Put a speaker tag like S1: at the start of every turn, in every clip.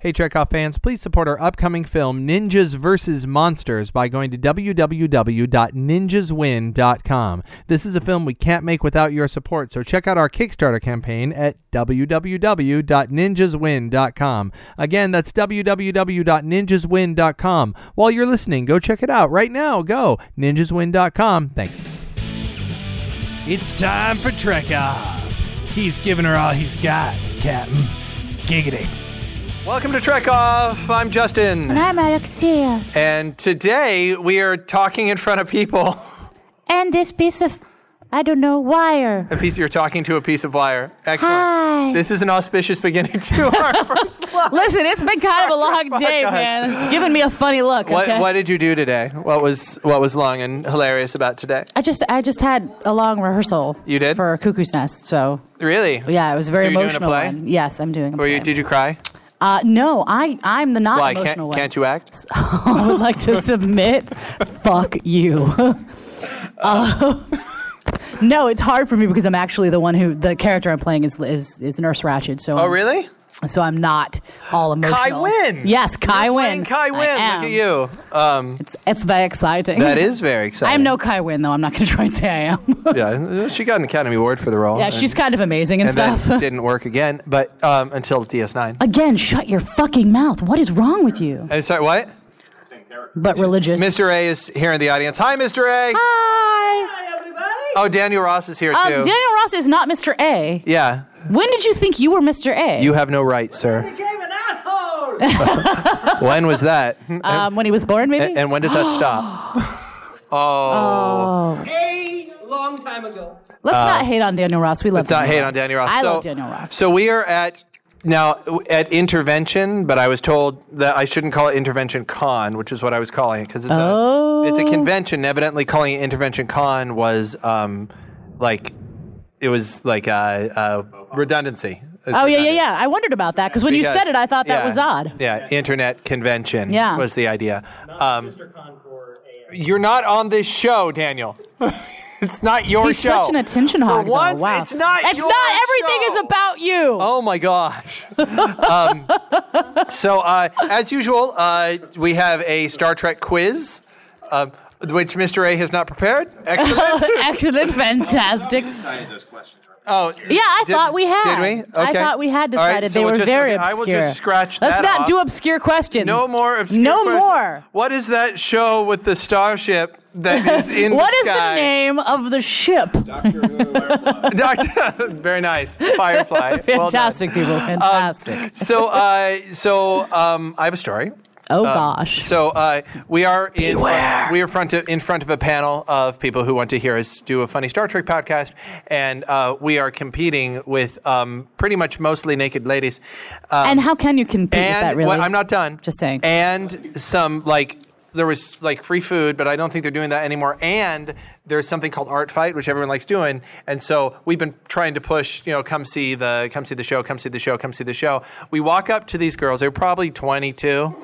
S1: Hey, Chekhov fans, please support our upcoming film, Ninjas vs. Monsters, by going to www.ninjaswin.com. This is a film we can't make without your support, so check out our Kickstarter campaign at www.ninjaswin.com. Again, that's www.ninjaswin.com. While you're listening, go check it out right now. Go, ninjaswin.com. Thanks.
S2: It's time for Trek Off. He's giving her all he's got, Captain. Giggity.
S1: Welcome to Trek Off. I'm Justin.
S3: And I'm Alexia.
S1: And today we are talking in front of people.
S3: And this piece of, I don't know, wire.
S1: A piece you're talking to a piece of wire. Excellent.
S3: Hi.
S1: This is an auspicious beginning to our first live.
S4: Listen, it's been kind of a long day, man. It's giving me a funny look. Okay?
S1: Oh What, what did you do today? What was what was long and hilarious about today?
S4: I just I just had a long rehearsal.
S1: You did?
S4: for Cuckoo's Nest. So
S1: Really?
S4: yeah, it was a very
S1: So you're doing a
S4: emotional.
S1: play?
S4: one. Yes, I'm doing. A
S1: Were
S4: play.
S1: you, did you cry?
S4: Uh, no, I I'm the not
S1: Why
S4: emotional
S1: can't,
S4: one.
S1: can't you act?
S4: I would like to submit. Fuck you. Uh, no, it's hard for me because I'm actually the one who the character I'm playing is is, is Nurse Ratched. So
S1: Oh
S4: I'm-
S1: really?
S4: So I'm not all emotional.
S1: Wynn!
S4: Yes, Kai
S1: You're
S4: Wynn.
S1: playing Kai
S4: I
S1: Wynn. Look
S4: am.
S1: at you. Um,
S4: It's, it's very exciting.
S1: that is very exciting.
S4: I am no Kai Wynn though. I'm not going to try and say I am.
S1: Yeah, she got an Academy Award for the role.
S4: yeah, she's kind of amazing and,
S1: and
S4: stuff.
S1: then didn't work again, but um, until DS9.
S4: Again, shut your fucking mouth. What is wrong with you?
S1: I'm sorry, what?
S4: But religious.
S1: Mr. A is here in the audience. Hi, Mr. A.
S4: Hi.
S1: Oh, Daniel Ross is here
S4: Um,
S1: too.
S4: Daniel Ross is not Mr. A.
S1: yeah,
S4: When did you think you were Mr. A?
S1: you have no right, sir. When was that?
S4: um, when he was born, maybe.
S1: And, and when does that stop? Oh,
S5: a long time ago.
S4: Let's not hate on Daniel Ross. We
S1: uh,
S4: love.
S1: let's not
S4: Daniel
S1: hate
S4: Ross.
S1: on Daniel Ross.
S4: I
S1: so,
S4: love Daniel Ross.
S1: So we are at now at intervention, but I was told that I shouldn't call it intervention con, which is what I was calling it because it's
S4: Oh.
S1: a it's a convention. Evidently, calling it intervention con was um like it was like a, a redundancy. It's
S4: Oh yeah, yeah,
S1: redundant.
S4: yeah. I wondered about that because when you said
S1: Because-
S4: it, I thought that
S1: yeah,
S4: was odd.
S1: Yeah, internet convention
S4: Yeah.
S1: was the idea. Um, you're not on this show, Daniel. it's not your
S4: He's
S1: show.
S4: such an attention
S1: For
S4: hog. though.
S1: once,
S4: Wow.
S1: it's not.
S4: It's
S1: your
S4: not. Everything
S1: show.
S4: is about you.
S1: Oh my gosh. um, so, uh, as usual, uh, we have a Star Trek quiz, uh, which Mr. A has not prepared. Excellent.
S4: Excellent, fantastic.
S1: Oh,
S4: Yeah, I
S1: did-
S4: thought we had.
S1: Did we?
S4: I
S1: Okay.
S4: thought we had
S1: All right,
S4: decided
S1: so
S4: they
S1: we'll
S4: were
S1: just- okay,
S4: very obscure.
S1: I will just scratch
S4: Let's
S1: that
S4: not
S1: off.
S4: do obscure questions.
S1: No more obscure.
S4: No
S1: questions.
S4: more.
S1: What is that show with the starship that is in
S4: What
S1: the
S4: is
S1: sky?
S4: the name of the ship?
S1: Doctor, very nice. Firefly. Well done.
S4: Fantastic,
S1: Um,
S4: people. Fantastic.
S1: so, uh, so um, I have a story.
S4: oh gosh.
S1: So uh, we are in we are front of, in front of a panel of people who want to hear us do a funny Star Trek podcast, and uh, we are competing with um, pretty much mostly naked ladies.
S4: and how can you compete with that?
S1: and
S4: Really?
S1: well, I'm not done.
S4: Just saying.
S1: And some like there was like free food, but I don't think they're doing that anymore. And there's something called Art Fight, which everyone likes doing. And so we've been trying to push, you know, come see the come see the show, come see the show, come see the show. We walk up to these girls; they're probably 22,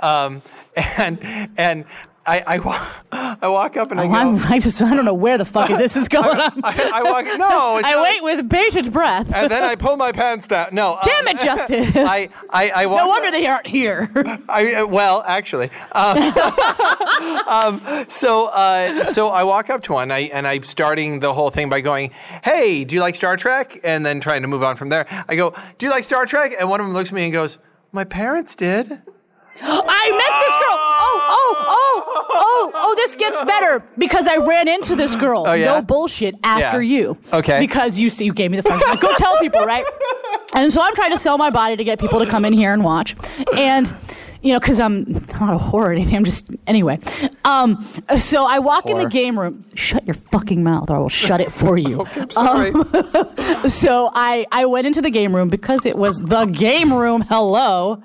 S1: um, and and. I, I, wa- I walk up and I
S4: Oh,
S1: go.
S4: I'm, I just I don't know where the fuck is this is going on. I,
S1: I, I walk. No, it's not-
S4: wait with bated breath.
S1: And then I pull my pants down. No. um,
S4: Damn it, Justin.
S1: I, I, I walk
S4: no
S1: up-
S4: wonder they aren't here.
S1: I, uh, well, actually, um, um, so uh, so I walk up to one, I, and I'm starting the whole thing by going, "Hey, do you like Star Trek?" And then trying to move on from there. I go, "Do you like Star Trek?" And one of them looks at me and goes, "My parents did."
S4: I met this girl. Oh, oh, oh, oh, oh, this gets better because I ran into this girl.
S1: Oh, yeah?
S4: No bullshit after
S1: Yeah.
S4: you.
S1: Okay.
S4: Because you you gave me the phone. Go tell people, right? And so I'm trying to sell my body to get people to come in here and watch. And you know, because I'm not a whore or anything. I'm just anyway. Um, so I walk in the
S1: Whore.
S4: game room. Shut your fucking mouth, or I will shut it for you.
S1: Sorry.
S4: So I, I went into the game room because it was the game room. Hello.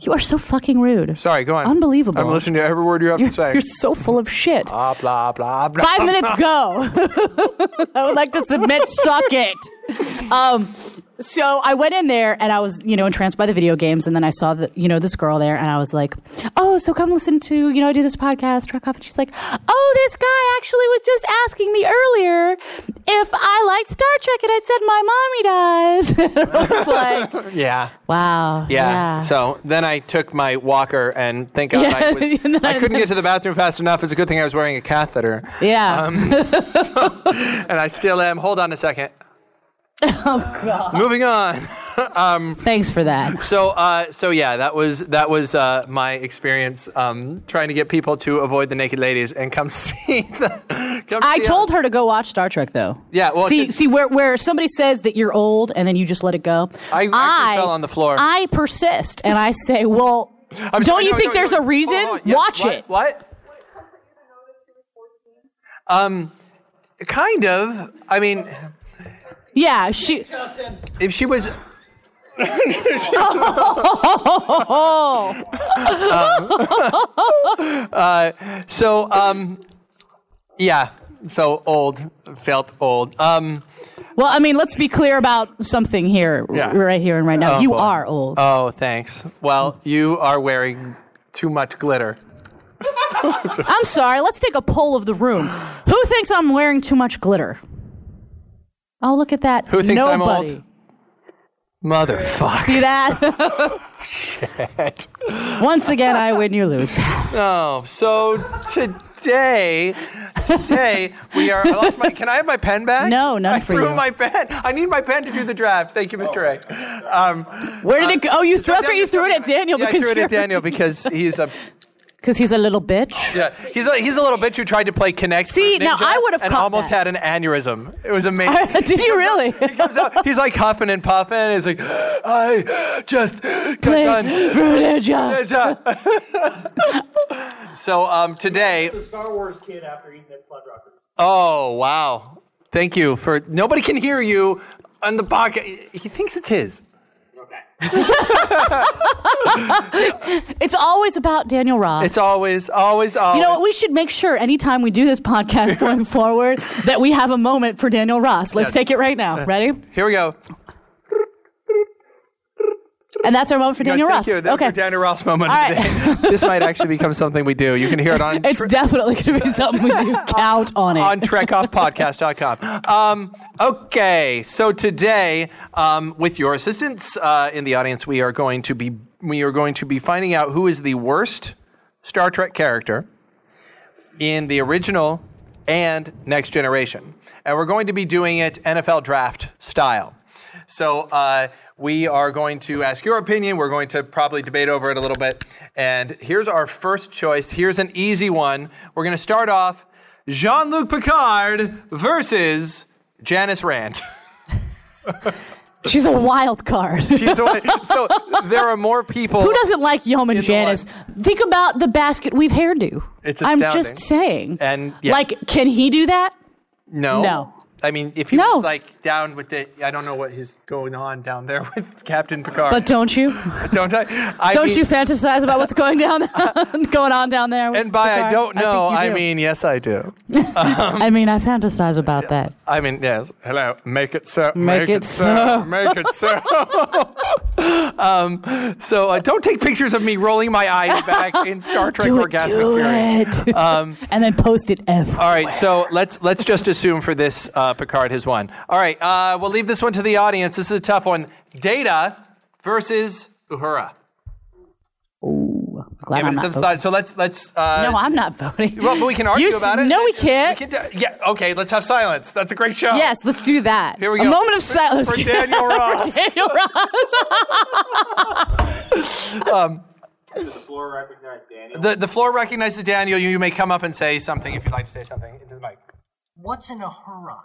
S4: You are so fucking rude.
S1: Sorry. Go on.
S4: Unbelievable.
S1: I'm listening to every word you have
S4: You're,
S1: to say.
S4: you're so full of shit.
S1: blah blah blah blah.
S4: Five minutes go. I would like to submit. Suck it. Um, So I went in there and I was, you know, entranced by the video games. And then I saw the, you know, this girl there and I was like, oh, so come listen to, you know, I do this podcast, Truck Off. And she's like, oh, this guy actually was just asking me earlier if I liked Star Trek. And I said, my mommy does. I was like,
S1: Yeah.
S4: wow.
S1: Yeah.
S4: yeah.
S1: So then I took my walker and thank God I,
S4: Yeah,
S1: was,
S4: and then
S1: I
S4: I-
S1: couldn't get to the bathroom fast enough. It's a good thing I was wearing a catheter.
S4: Yeah.
S1: um, And I still am. Hold on a second.
S4: oh, God.
S1: Moving on.
S4: Thanks for that.
S1: So, uh, so yeah, that was that was uh, my experience um, trying to get people to avoid the naked ladies and come see the. Come
S4: I
S1: see
S4: told her to go watch Star Trek, though.
S1: Yeah, well,
S4: see,
S1: it's-
S4: see where where somebody says that you're old and then you just let it go.
S1: I actually fell on the floor.
S4: I persist and I say, well,
S1: I'm
S4: don't
S1: sorry,
S4: you
S1: no,
S4: think
S1: no,
S4: there's
S1: no.
S4: a reason?
S1: Hold on, hold on. Yeah,
S4: Watch
S1: what-
S4: it.
S1: What? Um, kind of. I mean,
S4: Yeah, she.
S1: if she was. Um, uh, so um, yeah. So old felt old. Um,
S4: Well, I mean, let's be clear about something here, r-
S1: Yeah.
S4: right here and right now.
S1: Oh,
S4: you
S1: boy.
S4: are old.
S1: oh, thanks. Well, you are wearing too much glitter.
S4: I'm sorry. Let's take a poll of the room. Who thinks I'm wearing too much glitter? Oh, look at that.
S1: Who thinks I'm
S4: Nobody.
S1: old? Motherfucker.
S4: See that? Once again, I win, you lose.
S1: Oh, so today, today we are. I lost my. Can I have my pen back?
S4: No, none
S1: I
S4: for
S1: threw
S4: you.
S1: my pen. I need my pen to do the draft. Thank you, Mr. A. Um,
S4: Where did it go? Oh, you that's right. You
S1: Daniel's
S4: threw it
S1: still-
S4: at Daniel
S1: Yeah, I
S4: because
S1: threw it at
S4: you're-
S1: Daniel because he's a
S4: Because he's a little bitch.
S1: yeah he's a, he's a little bitch who tried to play connect.
S4: See, now I would've
S1: and
S4: caught
S1: almost
S4: that.
S1: had an aneurysm. It was amazing.
S4: Did you really?
S1: He comes out. He's like huffing and puffing. He's like, I just got
S4: Play
S1: done.
S4: Bruneja.
S1: so um, today,
S6: The Star Wars kid after eating that Blood Rocker.
S1: oh wow, thank you for. Nobody can hear you on the pocket. He thinks it's his.
S4: It's always about Daniel Ross.
S1: It's always, always, always.
S4: you know what? We should make sure anytime we do this podcast going forward that we have a moment for Daniel Ross. Let's
S1: Yes.
S4: take it right now. Ready?
S1: Here we go.
S4: And that's our moment for Daniel
S1: Thank
S4: Ross.
S1: you. That's
S4: okay.
S1: your Daniel Ross moment.
S4: All
S1: of
S4: right.
S1: the day. this might actually become something we do. You can hear it on
S4: it's definitely going to be something we do. Count on it.
S1: on trekoffpodcast.com. Um, okay, so today, um, with your assistance uh, in the audience, we are going to be we are going to be finding out who is the worst Star Trek character in the original and Next Generation, and we're going to be doing it NFL draft style. So. Uh, we are going to ask your opinion. We're going to probably debate over it a little bit. And here's our first choice. Here's an easy one. We're going to start off Jean Luc Picard versus Janice Rand.
S4: She's a wild card.
S1: She's the one- so there are more people.
S4: Who doesn't like Yeoman
S1: Either
S4: Janice?
S1: one.
S4: Think about the basket we've hairdo.
S1: It's
S4: I'm
S1: astounding.
S4: just saying.
S1: And, yes.
S4: like, can he do that?
S1: No.
S4: No.
S1: I mean, if he
S4: No.
S1: was like down with it, I don't know what is going on down there with Captain Picard.
S4: But don't you?
S1: don't I? I
S4: Don't
S1: mean-
S4: you fantasize about what's going down going on down there? with
S1: And by I
S4: Picard?
S1: don't
S4: think
S1: know,
S4: you
S1: I,
S4: do. Um,
S1: mean yes, I do.
S4: I mean, I fantasize about that.
S1: I mean yes. Hello, make it so.
S4: Make it so.
S1: Make it so. um, so uh, don't take pictures of me rolling my eyes back in Star Trek
S4: do it,
S1: Orgasmic
S4: do
S1: Fury. Um, Uh,
S4: it, and then post it everywhere.
S1: All right, so let's let's just assume for this uh, Picard has won. All right, uh, we'll leave this one to the audience. This is a tough one. Data versus Uhura.
S4: Ooh, glad
S1: Give
S4: I'm
S1: it
S4: not
S1: some
S4: voting.
S1: thought. So let's let's. Uh,
S4: No, I'm not voting.
S1: well, but we can argue
S4: You s-
S1: about it.
S4: No, we
S1: Let's-
S4: can't.
S1: We can, do- yeah. Okay. Let's have silence. That's a great show.
S4: Yes, let's do that.
S1: Here we
S4: A
S1: go.
S4: moment of
S1: For-
S4: silence
S1: for Daniel Ross.
S4: Daniel Ross.
S6: The floor recognized Daniel.
S1: The the floor recognizes Daniel. You, you may come up and say something if you'd like to say something into the mic.
S6: What's in a hurrah?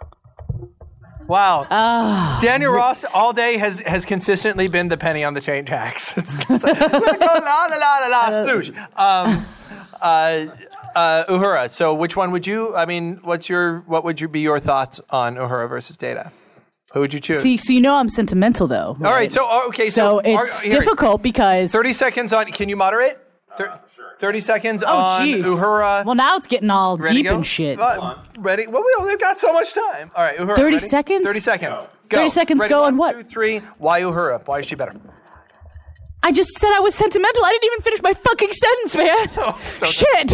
S1: Wow.
S4: Ah.
S1: Daniel Ross all day has has consistently been the penny on the chain tax. It's, it's like, la la la la la, sploosh. Um, uh, uh, Uhura. So, which one would you? I mean, what's your what would you be your thoughts on Uhura versus Data? Who would you choose?
S4: See, so you know I'm sentimental though.
S1: all right. So oh, okay.
S4: So
S1: So, are-
S4: it's
S1: here,
S4: difficult because
S1: Thirty seconds on. Can you moderate? Thir- Thirty seconds
S4: oh
S1: on
S4: jeez,
S1: Uhura.
S4: Well, now it's getting all
S1: Ready to
S4: deep
S1: go? Oh,
S4: and shit.
S1: Uh, ready? Well, we only got so much time. All right. Uhura,
S4: 30
S1: ready?
S4: seconds?
S1: Thirty seconds. Go.
S4: 30 seconds
S1: Ready,
S4: go
S1: one,
S4: and what?
S1: Two, three. Why you her up? Why is she better?
S4: I just said I was sentimental. I didn't even finish my fucking sentence, man.
S1: Oh, so
S4: Shit.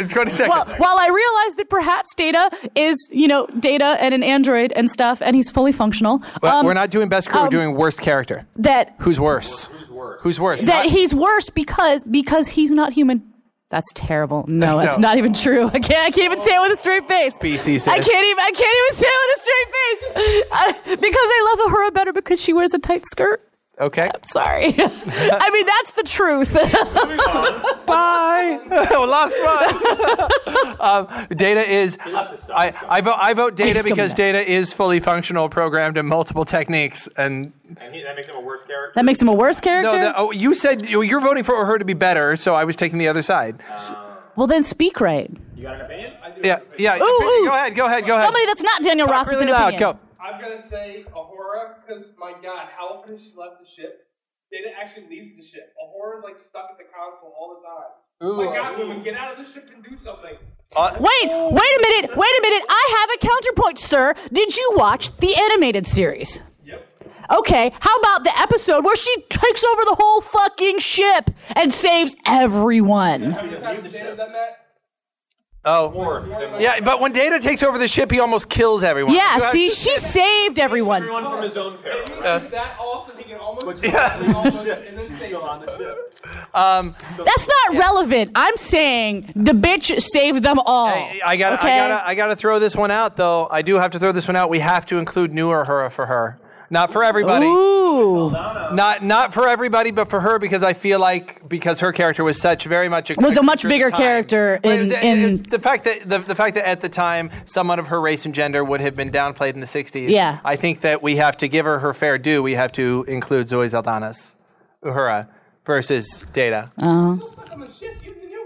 S1: It's 20 seconds.
S4: well, while I realize that perhaps Data is, you know, Data and an android and stuff, and he's fully functional.
S1: But
S4: um,
S1: we're not doing best crew.
S4: um,
S1: we're doing worst character.
S4: that.
S1: Who's worse? Who's worse? Who's worse?
S4: That
S1: Not-
S4: he's worse because because he's not human. That's terrible. No,
S1: So-
S4: that's not even true. I can't. I can't even say it with a straight face.
S1: Species
S4: I
S1: is-
S4: can't even. I can't even say it with a straight face. Uh, because I love Ahura better because she wears a tight skirt.
S1: okay.
S4: Sorry. I mean, that's the truth.
S1: Bye. Oh, Last one. um, data is. I, I vote. I vote data
S4: Please come
S1: because
S4: back.
S1: data is fully functional, programmed in multiple techniques, and
S6: And he, that makes him a worse character.
S4: that makes him a worse character.
S1: No, the, oh, you said you- you're voting for her to be better, so I was taking the other side.
S4: well, then speak right.
S6: you got an opinion? I do.
S1: Yeah, yeah.
S4: ooh.
S1: Go ahead, go ahead, go ahead.
S4: Somebody that's not Daniel Ross
S1: Talk
S4: with
S1: really
S4: an
S1: loud.
S4: opinion.
S1: Go.
S5: I'm gonna say Ahura, because my god, how often has she left the ship? Data actually leaves the ship. Ahura's like stuck at the console all the time.
S1: Ooh.
S5: my god, woman, get out of the ship and do something.
S1: Uh,
S4: Wait, wait a minute, wait a minute. I have a counterpoint, sir. Did you watch the animated series?
S5: Yep.
S4: Okay, how about the episode where she takes over the whole fucking ship and saves everyone?
S5: How many times has Data done that?
S1: Oh,
S6: More than
S1: yeah. But when Data takes over the ship, he almost kills everyone.
S4: Yeah,
S1: You have
S4: see,
S1: to-
S4: she saved everyone.
S6: everyone from his own parent.
S5: If that also he can almost, yeah. almost and then say on the ship.
S4: That's not relevant. I'm saying the bitch saved them all.
S1: I, I gotta,
S4: okay?
S1: I gotta, I gotta throw this one out though. I do have to throw this one out. We have to include newer her for her, not for everybody,
S4: Ooh.
S1: not not for everybody, but for her because I feel like because her character was such very much a
S4: Was a
S1: character at
S4: much
S1: the
S4: bigger
S1: time.
S4: character
S1: Well, it
S4: in-
S1: was- it- it was
S4: in-
S1: the fact that the, the fact that at the time someone of her race and gender would have been downplayed in the '60s.
S4: Yeah.
S1: I think that we have to give her her fair due. We have to include Zoe Zaldanas, Uhura versus Data.
S4: Uh.
S5: Still stuck on the ship. Give him the new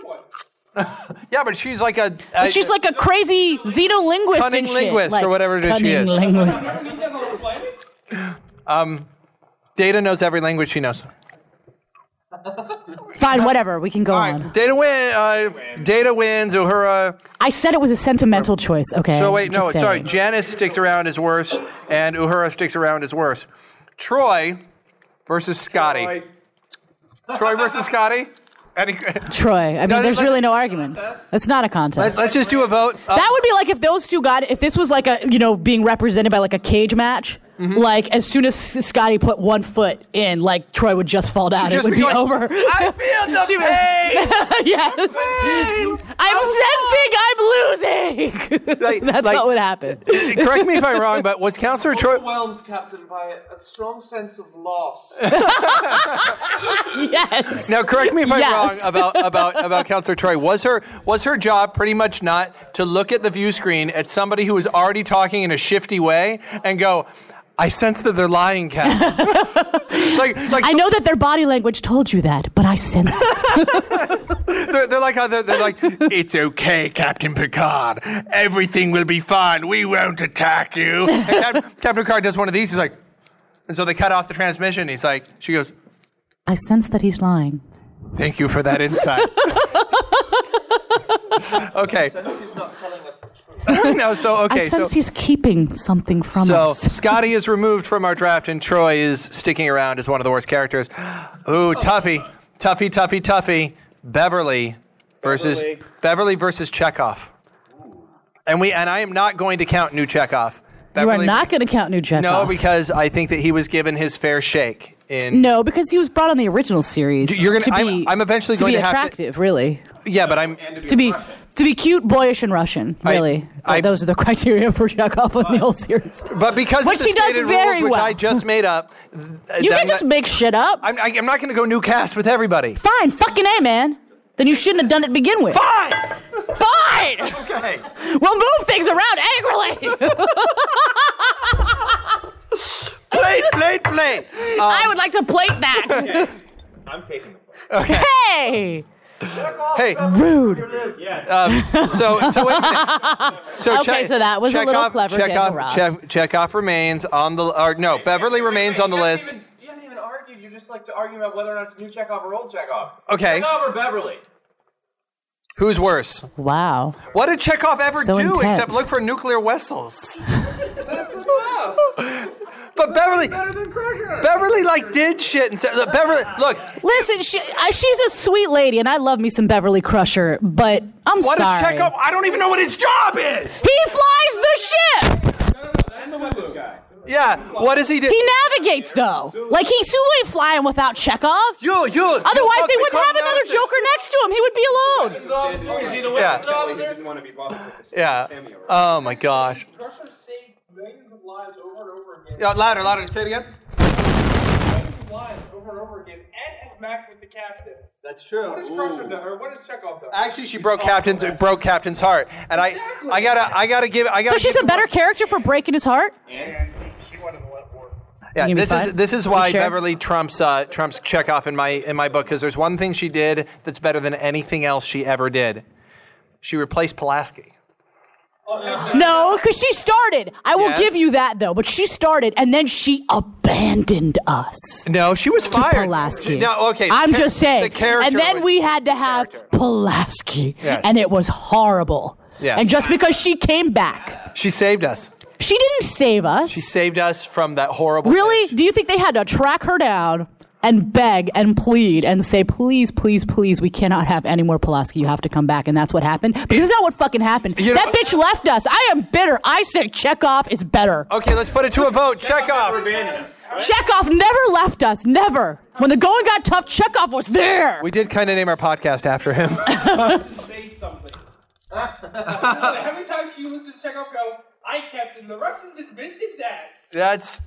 S5: one.
S1: yeah, but she's like a, a-
S4: She's like a crazy xenolinguist
S1: Cunning
S4: and shit.
S1: linguist or
S4: like,
S1: whatever it is she
S4: cunning
S1: is.
S4: linguist.
S5: I don't need that on the planet.
S1: Data knows every language she knows.
S4: Fine, whatever. We can go on.
S1: Data win. Uh, Data wins. Uhura.
S4: I said it was a sentimental choice. Okay.
S1: So wait,
S4: Just
S1: no, sorry.
S4: saying.
S1: Janice sticks around is worse, and Uhura sticks around is worse. Troy versus Scotty. Troy, versus Scotty. Any,
S4: Troy. I mean,
S1: No,
S4: there's
S1: let's-
S4: really no argument. It's not a contest.
S1: let's just do a vote. Uh,
S4: that would be like if those two got if this was like a you know being represented by like a cage match.
S1: Mm-hmm.
S4: Like as soon as Scotty put one foot in, like Troy would just fall down.
S1: just
S4: it would be
S1: going,
S4: over.
S1: I feel the
S4: She would-
S1: pain.
S4: yes. I'm sensing I'm losing.
S1: Oh, Like-
S4: That's
S1: like-
S4: what would happen.
S1: Correct me if I'm wrong, but was Counselor Troy?
S5: Overwhelmed, Captain, by a strong sense of loss.
S4: yes.
S1: Now, correct me if I'm
S4: Yes.
S1: wrong about about about Counselor Troy. Was her was her job pretty much not to look at the view screen at somebody who was already talking in a shifty way and go, "I sense that they're lying, Cat." like like
S4: I know that their body language told you that, but I sense it.
S1: they're, they're like how they're, they're like, "It's okay, Captain Picard. Everything will be fine. We won't attack you." And Cap- Captain Picard does one of these. He's like, and so they cut off the transmission. He's like, she goes,
S4: I sense that he's lying.
S1: "Thank you for that insight." okay.
S5: He's not telling us the truth.
S1: No, so okay.
S4: I
S1: so,
S4: sense he's keeping something from
S1: So
S4: us.
S1: Scotty is removed from our draft, and Troy is sticking around as one of the worst characters. Ooh, Tuffy, Tuffy, Tuffy, Tuffy, Beverly versus Beverly,
S6: Beverly.
S1: versus Chekhov. And we and I am not going to count new Chekhov.
S4: You
S1: Beverly,
S4: are not going to count New Jack.
S1: No,
S4: off.
S1: because I think that he was given his fair shake. In
S4: No, because he was brought on the original series.
S1: You're gonna-
S4: to
S1: I'm-
S4: be,
S1: I'm eventually
S4: to
S1: going
S4: be
S1: to have to-
S4: attractive, really.
S1: yeah, but I'm
S4: To be to be cute, boyish, and Russian, really.
S1: I-
S4: Th- Those are the criteria for Chekhov on the old series.
S1: but because
S4: Which
S1: of the
S4: he does
S1: stated
S4: very
S1: rules, which
S4: well.
S1: I just made up.
S4: You can just make shit up.
S1: I'm, I, I'm not going to go new cast with everybody.
S4: Fine, fucking a man. Then you shouldn't have done it to begin with.
S1: Fine.
S4: Fine.
S1: Okay.
S4: We'll move things around angrily.
S1: Play, play, play.
S4: I would like to plate that.
S6: I'm taking the point.
S4: hey.
S1: Hey,
S4: Rude.
S6: Yes.
S1: So, so, wait a minute. so
S4: Okay, so that was a little
S1: Chekhov-
S4: clever,
S1: Chekhov,
S4: Daniel Ross.
S1: Chekhov- Chekhov remains on the, or no, Beverly remains on the
S5: You haven't
S1: list.
S5: even- You haven't even argued. You just like to argue about whether or not it's new Chekhov or old Chekhov.
S1: Okay.
S5: Chekhov or Beverly.
S1: Who's worse?
S4: Wow.
S1: What did Chekhov ever
S4: So
S1: do except
S4: intense.
S1: look for nuclear vessels?
S5: That's enough.
S1: But Beverly,
S5: Better than Crusher.
S1: Beverly like did shit and said, look, Beverly, look,
S4: Listen, she, I, she's a sweet lady, and I love me some Beverly Crusher, but I'm
S1: what
S4: sorry.
S1: is Chekhov? I don't even know what his job is.
S4: He flies the ship.
S5: That's the weapons guy.
S1: Yeah, what does he do?
S4: He navigates though. Like he Sulu ain't flying without Chekhov.
S1: you, you.
S4: Otherwise, they wouldn't have another Joker next to him. He would be alone.
S5: Is he the
S1: Yeah,
S6: didn't want to be bothered with this
S1: yeah. Oh my gosh.
S5: Crusher saved millions of lives over and over again.
S1: Yeah, louder, louder. Say it again.
S5: Millions of lives over and over again, and is Mac with the captain.
S1: That's true.
S5: What is Crusher done? Or what is Chekhov done?
S1: Actually, she broke captain's broke captain's heart, and I I gotta I gotta give I gotta.
S4: So she's
S1: give-
S4: a better character for breaking his heart.
S5: And she wanted to let war.
S1: Yeah,
S4: You mean
S1: this is
S4: five?
S1: this is why
S4: You sure?
S1: Beverly trumps uh, trumps Chekhov in my in my book because there's one thing she did that's better than anything else she ever did. She replaced Pulaski.
S4: No, because she started. I will
S1: Yes.
S4: give you that though, but she started and then she abandoned us.
S1: No, she was
S4: To
S1: fired.
S4: Pulaski.
S1: No, okay.
S4: I'm
S1: char-
S4: just saying.
S1: The character
S4: and then
S1: was-
S4: we had to have Pulaski,
S1: Yes.
S4: and it was horrible.
S1: Yes.
S4: And just because she came back,
S1: She saved us.
S4: she didn't save us.
S1: She saved us from that horrible.
S4: Really? Do you think they had to track her down and beg and plead and say, please, please, please, we cannot have any more Pulaski. You have to come back. And that's what happened? Because that's not what fucking happened.
S1: You know-
S4: that bitch left us. I am bitter. I said Chekhov is better.
S1: Okay, let's put it to a vote. Chekhov.
S4: Chekhov never left us. Never. When the going got tough, Chekhov was there.
S1: We did kind of name our podcast after him.
S5: Say something. How many times can you listen to Chekhov go, I captain, the Russians invented that.
S1: That's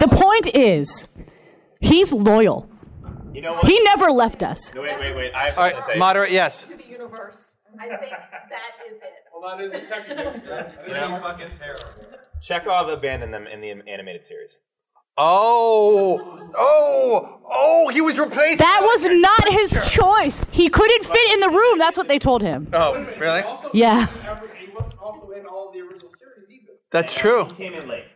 S4: the point is, he's loyal.
S6: You know what?
S4: He never left us.
S6: No, wait, wait, wait. I have
S1: all
S6: something to
S1: right.
S6: say.
S1: Moderate. Yes.
S7: the universe. I think that is it.
S5: Well, that is a checker
S6: You know,
S5: fucking terrible.
S6: Chekhov abandoned them in the animated series.
S1: Oh, oh, oh! He was replaced.
S4: That was not his choice. He couldn't fit in the room. That's what they told him.
S1: Oh, really?
S5: Also,
S4: Yeah.
S5: He wasn't also in all the original series either.
S1: That's true.
S6: Came in late.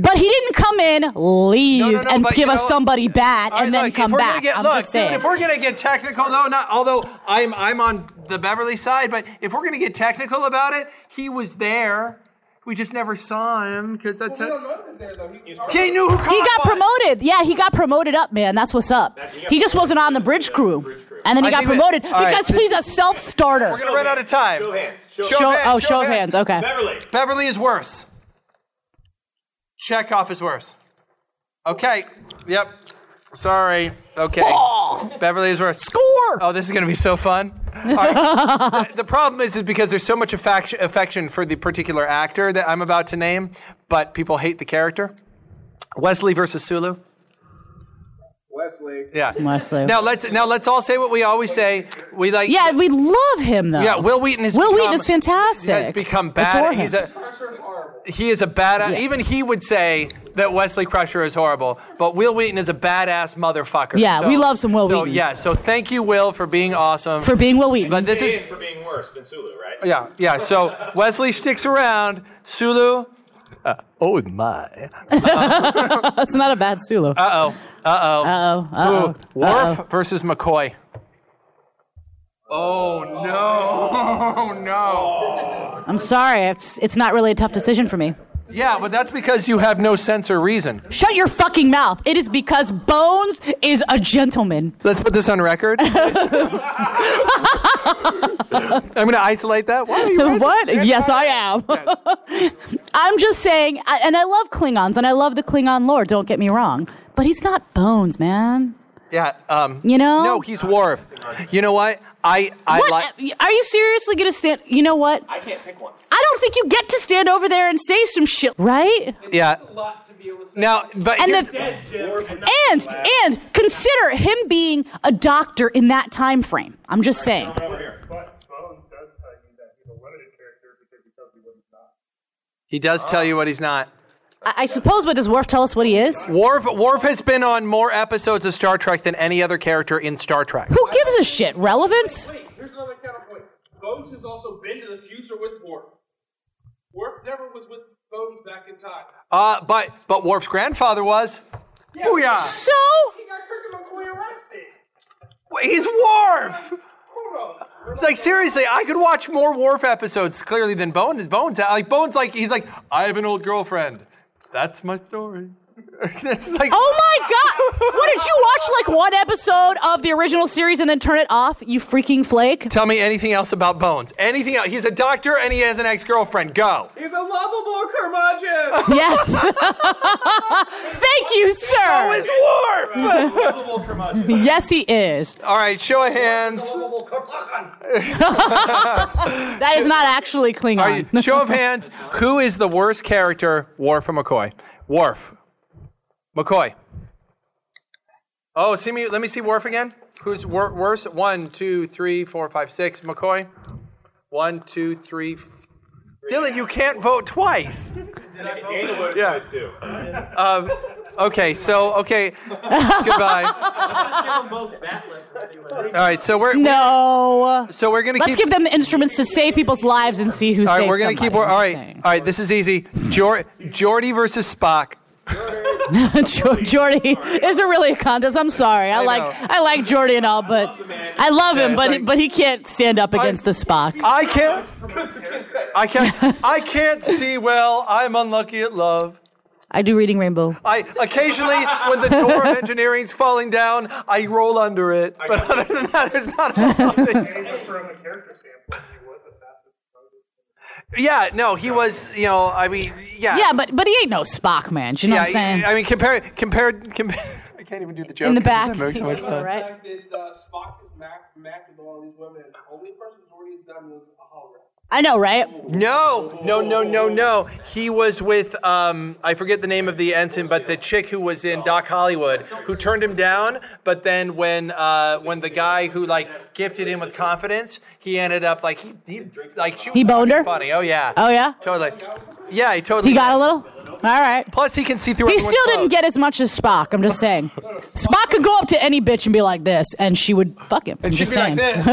S4: But he didn't come in, leave,
S1: No, no, no,
S4: and
S1: but,
S4: give
S1: you
S4: us
S1: know-
S4: somebody bad,
S1: All right,
S4: and then
S1: look,
S4: come
S1: if we're
S4: back.
S1: Gonna get,
S4: I'm
S1: look,
S4: just saying.
S1: dude, if we're gonna get technical, no, not although I'm I'm on the Beverly side, but if we're gonna get technical about it, he was there. We just never saw him because that's
S5: We don't
S1: how
S5: know he was there, though. He was
S1: he knew who Cobb
S4: he got
S1: was.
S4: promoted. Yeah, he got promoted up, man. That's what's up. He just wasn't on the bridge crew. And then he
S1: I
S4: got
S1: think that-
S4: promoted
S1: all right,
S4: because
S1: this-
S4: he's a self starter.
S1: We're gonna run out of time.
S6: Show hands. Show,
S1: Show-
S4: Show,
S1: hands,
S4: oh, show of hands. Okay.
S6: Beverly.
S1: Beverly is worse. Chekhov is worse. Okay. Yep. Sorry. Okay. Beverly is worse.
S4: Score!
S1: Oh, this is going to be so fun. All right. the problem is, is because there's so much affection, affection for the particular actor that I'm about to name, but people hate the character. Wesley versus Sulu.
S5: Wesley.
S1: Yeah.
S4: Wesley.
S1: Now let's now let's all say what we always say. We like.
S4: yeah, we love him, though.
S1: Yeah. Will Wheaton is.
S4: Will
S1: become,
S4: Wheaton is fantastic.
S1: Has become
S4: Adore
S1: bad.
S4: him.
S1: He's a
S5: Crusher is horrible.
S1: he is a badass.
S4: Yeah.
S1: Even he would say that Wesley Crusher is horrible. But Will Wheaton is a badass motherfucker.
S4: Yeah, we love some Will
S1: so,
S4: Wheaton.
S1: Yeah. So thank you, Will, for being awesome.
S4: for being Will Wheaton.
S1: but this is
S6: Hated for being worse than Sulu, right?
S1: Yeah, yeah. So Wesley sticks around. Sulu. oh my.
S4: That's not a bad Sulu. Uh
S1: Uh oh.
S4: oh. Uh oh.
S1: Worf versus McCoy. Oh no! Oh no!
S4: I'm sorry. It's, it's not really a tough decision for me.
S1: Yeah, but that's because you have no sense or reason.
S4: Shut your fucking mouth. It is because Bones is a gentleman.
S1: Let's put this on record. I'm going to isolate that. Why are you?
S4: what? Yes, I am. I'm just saying, I- and I love Klingons, and I love the Klingon lore. Don't get me wrong, but he's not Bones, man.
S1: Yeah. Um,
S4: You know?
S1: No, he's Worf. You know what? I I
S4: What?
S1: like.
S4: Are you seriously gonna stand? You know what? I can't pick one. I don't think you get to stand over there and say some shit, right?
S1: Yeah.
S5: It's a lot to be able to say.
S1: Now, but
S4: And
S1: here's-
S4: the and and consider him being a doctor in that time frame. I'm just saying.
S8: But Bones does tell you that he's a limited character because he tells you what he's not.
S1: he does tell you what he's not.
S4: I, I suppose. What does Worf tell us? What he is?
S1: Worf, Worf has been on more episodes of Star Trek than any other character in Star Trek.
S4: Who gives a shit? Relevance?
S5: Wait, here's another counterpoint. Bones has also been to the future with Warp. Warp never was with Bones back in time.
S1: Uh, but but Worf's grandfather was. Booyah!
S4: So
S5: He got Kirk and McCoy arrested.
S1: He's Worf!
S5: grown-ups. We're
S1: It's like seriously, I could watch more Worf episodes clearly than Bones. Bones, like Bones, like he's like, I have an old girlfriend. That's my story. it's like,
S4: Oh my god! What did you watch like one episode of the original series and then turn it off? You freaking flake!
S1: tell me anything else about Bones. Anything else? He's a doctor and he has an ex-girlfriend. Go.
S5: He's a lovable curmudgeon.
S4: Yes. Thank you,
S1: How
S4: sir.
S1: is Oh, Worf?
S6: Lovable curmudgeon.
S4: Yes, he is.
S1: All right, show of hands.
S5: lovable curmudgeon.
S4: That is not actually
S1: All right,
S4: Klingon.
S1: show of hands. Who is the worst character, Worf or McCoy? Worf. McCoy. Oh, see me. Let me see Worf again. Who's wor- worse? One, two, three, four, five, six. McCoy. One, two, three. f- Dylan, you can't vote twice.
S6: Daniel would
S1: Yeah.
S6: twice too.
S1: Okay, so okay, goodbye. All right, so we're
S4: No.
S1: so we're gonna
S4: Let's
S1: keep.
S4: give them instruments to save people's lives and see who
S1: all
S4: saves
S1: right, we're gonna keep.
S4: somebody,
S1: All
S4: I'm
S1: right, all
S4: saying.
S1: right. This is easy. Jor- Jordy versus Spock.
S4: Jo- Jordy isn't really a contest. I'm sorry. I,
S1: I
S4: like
S1: know.
S4: I like Jordy and all, but I love him,
S1: Yeah,
S4: but
S1: it's like-
S4: but he can't stand up against the Spock.
S1: I can't. I can't. I can't see well. I'm unlucky at love.
S4: I do reading Rainbow.
S1: I occasionally, when the door of engineering's falling down, I roll under it. But other than that, there's not. a lot that-
S8: Even from a character standpoint, he was the fastest voted.
S1: yeah. No, he was. You know. I mean. Yeah.
S4: Yeah, but but he ain't no Spock man. You know
S1: yeah.
S4: what I'm saying?
S1: I mean, compared. Compared. Compared. I can't even do the joke.
S4: In the
S1: 'cause
S4: back.
S1: I'm having so much fun.
S4: Right.
S5: Fact that uh, Spock is Mac, Mac with all these women, and the only person Jordy has done was a hologram.
S4: I know, right?
S1: No, no, no, no, no. He was with um, I forget the name of the ensign, but the chick who was in Doc Hollywood, who turned him down. But then when uh, when the guy who like gifted him with confidence, he ended up like he, he like she was
S4: He boned her?
S1: funny. Oh yeah.
S4: Oh yeah.
S1: Totally. Yeah, he totally.
S4: He got a little. All right.
S1: Plus, he can see through.
S4: He
S1: everyone's
S4: still didn't
S1: clothes.
S4: get as much as Spock. I'm just saying. Spock could go up to any bitch and be like this, and she would fuck him. I'm
S1: She'd
S4: just
S1: be
S4: saying.
S1: like this.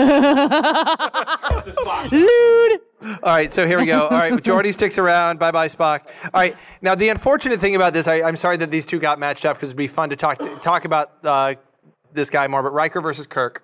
S4: Lewd.
S1: All right, so here we go. All right, Jordy sticks around. Bye bye, Spock. All right, now the unfortunate thing about this, I, I'm sorry that these two got matched up because it'd be fun to talk talk about uh, this guy more. But Riker versus Kirk.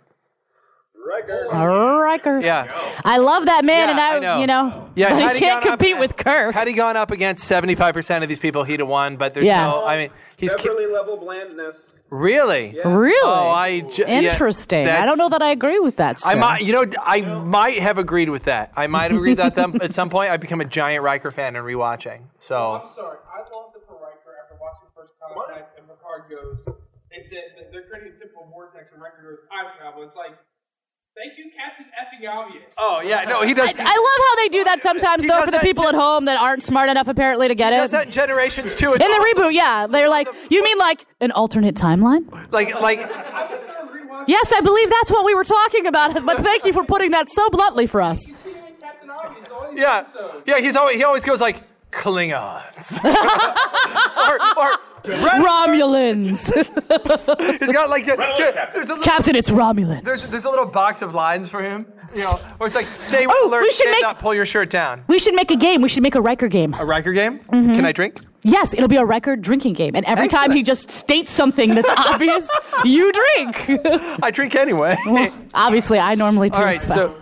S4: Riker.
S1: Yeah.
S4: I love that man,
S1: Yeah,
S4: and I,
S1: I know.
S4: you know,
S1: Yeah,
S4: but
S1: had he
S4: he can't
S1: gone up-
S4: compete with Kirk.
S1: Had he gone up against 75% of these people, he'd have won, but there's
S4: Yeah.
S1: no, I mean, he's ki-
S9: Beverly level blandness.
S1: really?
S4: really?
S1: Oh, I ju- yeah,
S4: Interesting. I don't
S1: that's-
S4: know that I agree with that.
S1: I
S4: sir.
S1: might, you know, I might have agreed with that. I might have agreed with them at some point. I become a giant Riker fan and rewatching.
S5: Oh, I'm
S1: So,
S5: sorry. I lost it for Riker after watching First Contact, and Picard goes, "It's it. that They're creating a typical vortex, and Riker goes, time travel." It's like, thank you, Captain Effing Obvious.
S1: oh yeah, no, he does.
S4: I love how they do that sometimes,
S1: He
S4: though,
S1: does
S4: for the
S1: that
S4: people at home that aren't smart enough apparently to get
S1: does that
S4: it.
S1: in Generations too? It's
S4: In the
S1: awesome.
S4: reboot, yeah, they're like, you mean like an alternate timeline?
S1: like, like,
S5: I went there and rewatched
S4: Yes, I believe that's what we were talking about. But thank you for putting that so bluntly for us.
S5: continuing Captain Obvious all these
S1: yeah,
S5: episodes.
S1: yeah. He's always he always goes like Klingons or, or Red-
S4: Romulans,
S1: he's got like there's a little-
S4: Captain, it's Romulans.
S1: There's there's a little box of lines for him. You know, where it's like say what
S4: Oh,
S1: alert,
S4: we should
S1: stand
S4: make-
S1: up, pull your shirt down.
S4: We should make a game. We should make a Riker game.
S1: A Riker game?
S4: Mm-hmm.
S1: Can I drink?
S4: Yes, it'll be a Riker drinking game, and every time he just states something that's obvious, you drink.
S1: I drink anyway.
S4: Obviously, I normally do.
S1: All right, so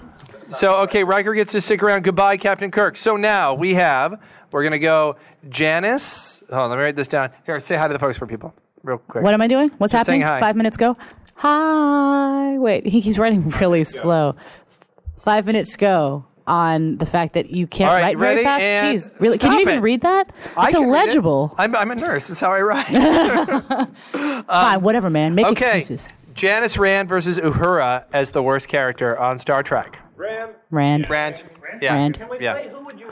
S1: so okay, Riker gets to stick around. Goodbye, Captain Kirk. So now we have we're gonna go Janice. Oh, let me write this down. Here, say hi to the folks for people. Real quick.
S4: what am I doing? What's
S1: Just saying
S4: happening?
S1: hi.
S4: Five minutes go. Hi. Wait, he, he's writing really slow. Five minutes go on the fact that you can't
S1: All right,
S4: write very
S1: ready?
S4: fast.
S1: And
S4: Jeez, really? Can you
S1: stop
S4: even
S1: it.
S4: read that?
S1: I
S4: It's
S1: can read it.
S4: illegible.
S1: I'm, I'm a nurse. That's how I write.
S4: Fine, whatever, man. Make
S1: Um, okay.
S4: excuses.
S1: Janice Rand versus Uhura as the worst character on Star Trek.
S9: Ram.
S4: Rand.
S1: Rand. Yeah.
S4: Rand.
S1: Yeah.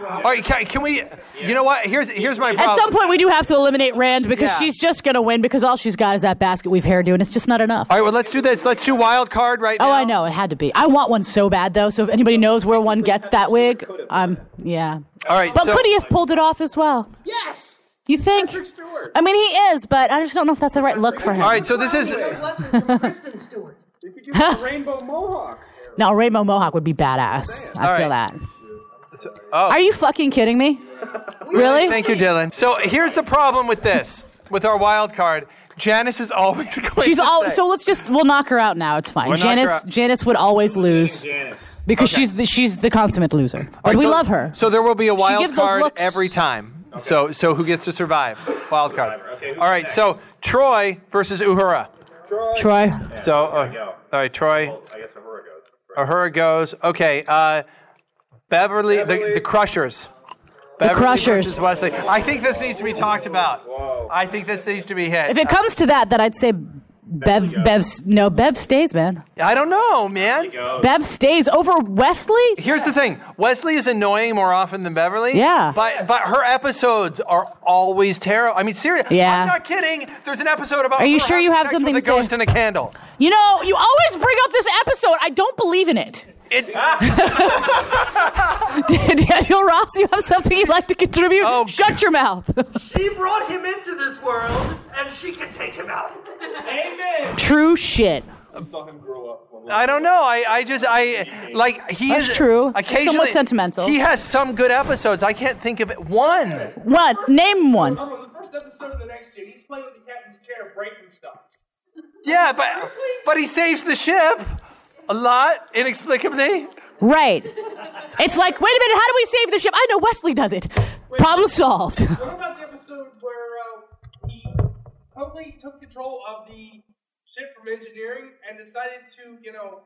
S1: All right, can, can we? You know what? Here's here's my problem.
S4: At some point, we do have to eliminate Rand because
S1: Yeah.
S4: she's just gonna win because all she's got is that basket we've hairdo, and it's just not enough.
S1: All right, well, let's do this. Let's do wild card right
S4: Oh,
S1: now.
S4: I know it had to be. I want one so bad though. So if anybody knows where one gets that wig, um, yeah.
S1: All right,
S4: But
S1: so
S4: could he have pulled it off as well?
S5: Yes.
S4: You think?
S5: Stewart.
S4: I mean, he is, but I just don't know if that's the right look for him.
S1: all right, so this is
S5: Lessons from Kristen Stewart. You could use a rainbow mohawk.
S4: No, Rainbow Mohawk would be badass. I
S1: All
S4: feel
S1: right.
S4: that.
S1: oh,
S4: Are you fucking kidding me? Really?
S1: thank you, Dylan. So here's the problem with this, with our wild card. Janice is always going.
S4: She's
S1: to
S4: all
S1: say-
S4: so let's just we'll knock her out now. It's fine.
S1: We'll knock her
S4: Janice
S1: out.
S4: Janice would always lose
S6: Janice.
S4: because she's the, she's the consummate loser. But we
S1: so-
S4: love her.
S1: So there will be a wild
S4: gives those
S1: card
S4: looks.
S1: every time. So so who gets to survive? Wild card.
S6: Survivor. Okay, who's
S1: all right.
S6: next?
S1: So Troy versus Uhura.
S4: Troy,
S1: So uh,
S6: go.
S1: all right, Troy.
S6: Well, I guess Aurora goes. Right.
S1: Uhura goes. Okay. Uh, Beverly, The, the Crushers. The
S4: Crushers.
S1: versus Wesley. I think this needs to be talked about. I think this needs to be hit.
S4: if it comes to that, then I'd say Bev Bev's no Bev stays, man.
S1: I don't know, man.
S4: Bev stays over Wesley.
S1: Here's the thing: Wesley is annoying more often than Beverly.
S4: Yeah.
S1: but but her episodes are always terrible. I mean, seriously.
S4: Yeah.
S1: I'm not kidding. There's an episode about.
S4: Are you
S1: her
S4: sure you
S1: having
S4: have
S1: sex
S4: something
S1: with a
S4: to say?
S1: ghost and a candle?
S4: You know, you always bring up this episode. I don't believe in it.
S1: It,
S4: Daniel Ross, you have something you'd like to contribute?
S1: Oh,
S4: Shut your mouth.
S9: She brought him into this world, and she can take him out.
S4: True shit.
S1: I don't know. I, I just I like he
S4: That's
S1: is
S4: true. It's
S1: Occasionally,
S4: somewhat sentimental.
S1: He has some good episodes. I can't think of it. one.
S4: One, name one.
S5: Remember, the first episode of the next gen, he's playing with the captain's chair, breaking stuff.
S1: Yeah, but but he saves the ship a lot inexplicably.
S4: Right. It's like, wait a minute, how do we save the ship? I know Wesley does it. Problem solved.
S5: What about the episode where uh, he totally took control of the ship from engineering and decided to, you know,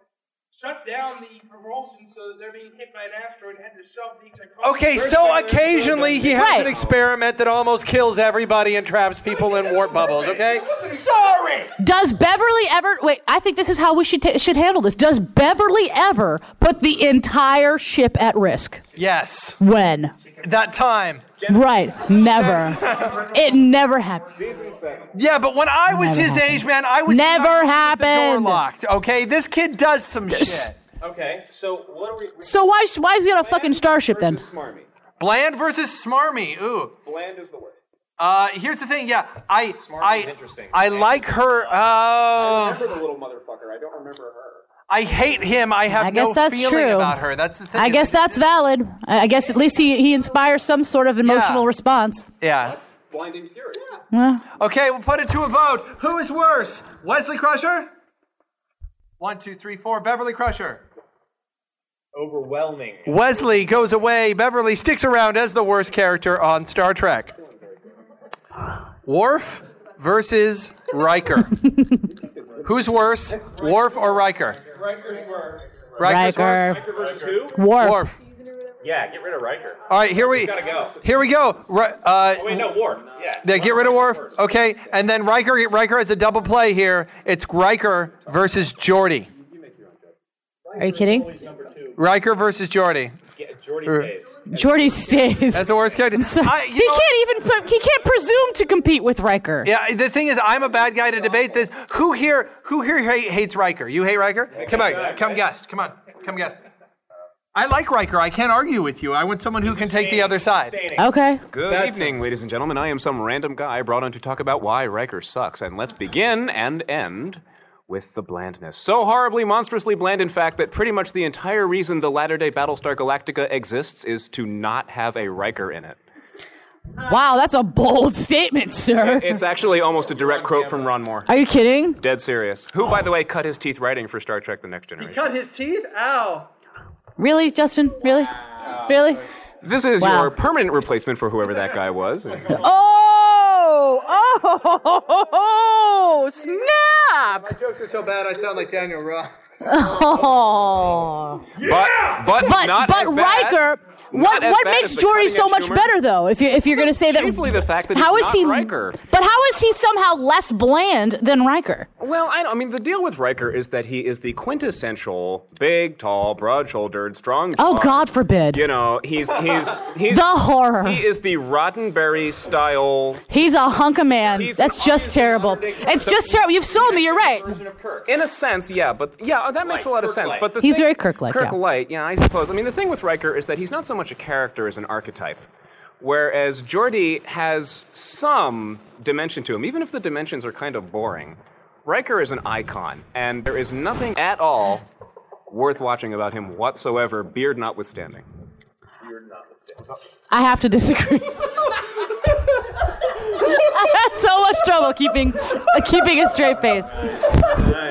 S5: shut down the propulsion so that they're being hit by an asteroid and had to shove the Tchaikovsky-
S1: Okay,
S5: First
S1: so
S5: time I've ever
S1: occasionally
S5: done
S1: he has
S5: that.
S1: an
S4: Right.
S1: experiment that almost kills everybody and traps people in warp bubbles. Okay, sorry.
S4: Does Beverly ever wait, I think this is how we should ta should handle this. Does Beverly ever put the entire ship at risk?
S1: Yes,
S4: When?
S1: that time.
S4: Right. Never. It never happens.
S1: Yeah, but when I was
S4: Never
S1: his
S4: happened.
S1: age, man, I was
S4: Never
S1: I used to get The door
S4: happened.
S1: locked. Okay, this kid does some shit.
S10: Okay, so what are we?
S4: So why why is he on a fucking starship then?
S10: Versus Smarmy.
S1: Bland versus smarmy. Ooh.
S10: Bland is the word.
S1: Uh, here's the thing. Yeah, I
S10: is
S1: I
S10: interesting.
S1: I like her.
S10: I
S1: Oh,
S10: remember the little motherfucker. I don't remember her.
S1: I hate him. I have
S4: I guess
S1: no
S4: that's
S1: feeling
S4: true.
S1: about her. That's the thing.
S4: I guess that's valid. I I guess at least he, he inspires some sort of emotional response.
S1: yeah.
S10: Blinding Fury.
S1: Okay, we'll put it to a vote. Who is worse, Wesley Crusher? One, two, three, four. Beverly Crusher.
S10: Overwhelming.
S1: Wesley goes away. Beverly sticks around as the worst character on Star Trek. Worf versus Riker. Who's worse, Worf or Riker?
S5: Riker's worse.
S1: Riker's worse.
S4: Riker.
S10: Riker versus who?
S4: Worf.
S1: Worf.
S10: Yeah, get rid of Riker.
S1: All right, here we
S10: Gotta go.
S1: here we go. Ri- Uh,
S10: Wait, no, Worf. Yeah.
S1: they get rid of Worf, okay? And then Riker Riker has a double play here. It's Riker versus Geordi.
S4: Are you kidding?
S1: Riker versus Geordi.
S10: Get Jordy stays.
S4: Jordy stays.
S1: That's the worst character. I'm
S4: So-
S1: I, you
S4: he
S1: know what?
S4: can't even put, he can't presume to compete with Riker.
S1: Yeah, the thing is, I'm a bad guy to debate this. Who here? Who here hate, hates Riker? You hate Riker? Come on, come guess. Come on, come guess. I like Riker. I can't argue with you. I want someone who can take the other side.
S4: Okay.
S11: Good evening, ladies and gentlemen. I am some random guy brought on to talk about why Riker sucks, and let's begin and end with the blandness. So horribly, monstrously bland, in fact, that pretty much the entire reason the latter day Battlestar Galactica exists is to not have a Riker in it.
S4: Wow, that's a bold statement, sir.
S11: It's actually almost a direct quote from Ron Moore.
S4: Are you kidding?
S11: Dead serious. Who, by the way, cut his teeth writing for Star Trek The Next Generation.
S1: Cut his teeth. Ow.
S4: Really, Justin? Really? Really?
S11: This is
S4: Wow.
S11: your permanent replacement for whoever that guy was.
S4: Oh! Oh! Snap!
S1: Jokes are so bad. I sound like Daniel Ross.
S4: Oh.
S11: But, but,
S4: But
S11: not
S4: but
S11: as bad.
S4: Riker,
S11: Not
S4: what
S11: as
S4: what
S11: bad
S4: makes
S11: as the
S4: Jordy
S11: cutting
S4: so
S11: edge
S4: much
S11: humor.
S4: better though? If you if you're gonna say that
S11: Chiefly the fact that
S4: how
S11: it's
S4: is
S11: not
S4: he
S11: Riker.
S4: But how is he somehow less bland than Riker?
S11: Well, I, don't- I mean, the deal with Riker is that he is the quintessential big, tall, broad-shouldered, strong.
S4: Oh God forbid.
S11: You know, he's he's he's
S4: The horror.
S11: He is the Roddenberry style.
S4: He's a hunk of man.
S11: He's
S4: That's just terrible. It's just terrible. You've sold me. You're right.
S10: Version of Kirk.
S11: In a sense, yeah, but yeah, that makes a lot of
S10: Kirk
S11: sense.
S10: light.
S11: But the
S4: He's
S11: thing-
S4: very Kirk-like,
S11: Kirk
S4: yeah.
S11: light, yeah, I suppose. I mean, the thing with Riker is that he's not so much a character as an archetype, whereas Geordi has some dimension to him, even if the dimensions are kind of boring. Riker is an icon, and there is nothing at all worth watching about him whatsoever, beard notwithstanding.
S4: I have to disagree. I had so much trouble keeping uh, keeping a straight face.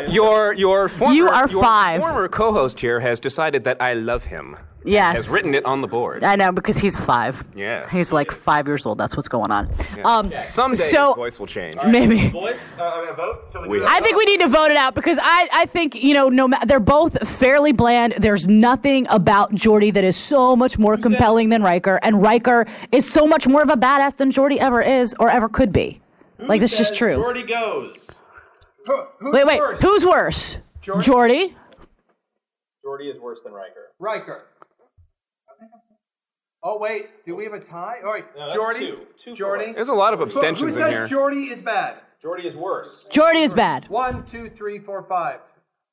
S11: Your your former
S4: You are
S11: your
S4: five.
S11: former co-host here has decided that I love him.
S4: Yes.
S11: Has written it on the board.
S4: I know because he's five.
S11: Yes.
S4: He's like five years old. That's what's going on.
S11: Yeah.
S4: Um,
S11: Someday his
S4: so
S11: voice will change.
S4: maybe.
S11: We-
S4: I think we need to vote it out because I, I think you know no ma- they're both fairly bland. There's nothing about Jordy that is so much more compelling than Riker, and Riker is so much more of a badass than Jordy ever is or ever could be. like this is
S10: Says
S4: true.
S10: Jordy goes.
S5: who's
S4: wait, wait,
S5: worse?
S4: who's worse?
S5: Jordy?
S4: Jordy?
S10: Jordy is worse than Riker.
S5: Riker. Oh wait, do we have a tie? All right,
S10: No, that's
S5: Jordy.
S10: two. Two
S5: Jordy.
S10: for it.
S11: There's a lot of
S5: Who-
S11: abstentions
S5: who
S11: in
S5: says
S11: here.
S5: Jordy is bad?
S10: Jordy is worse.
S4: Jordy is bad.
S5: One, two, three, four, five.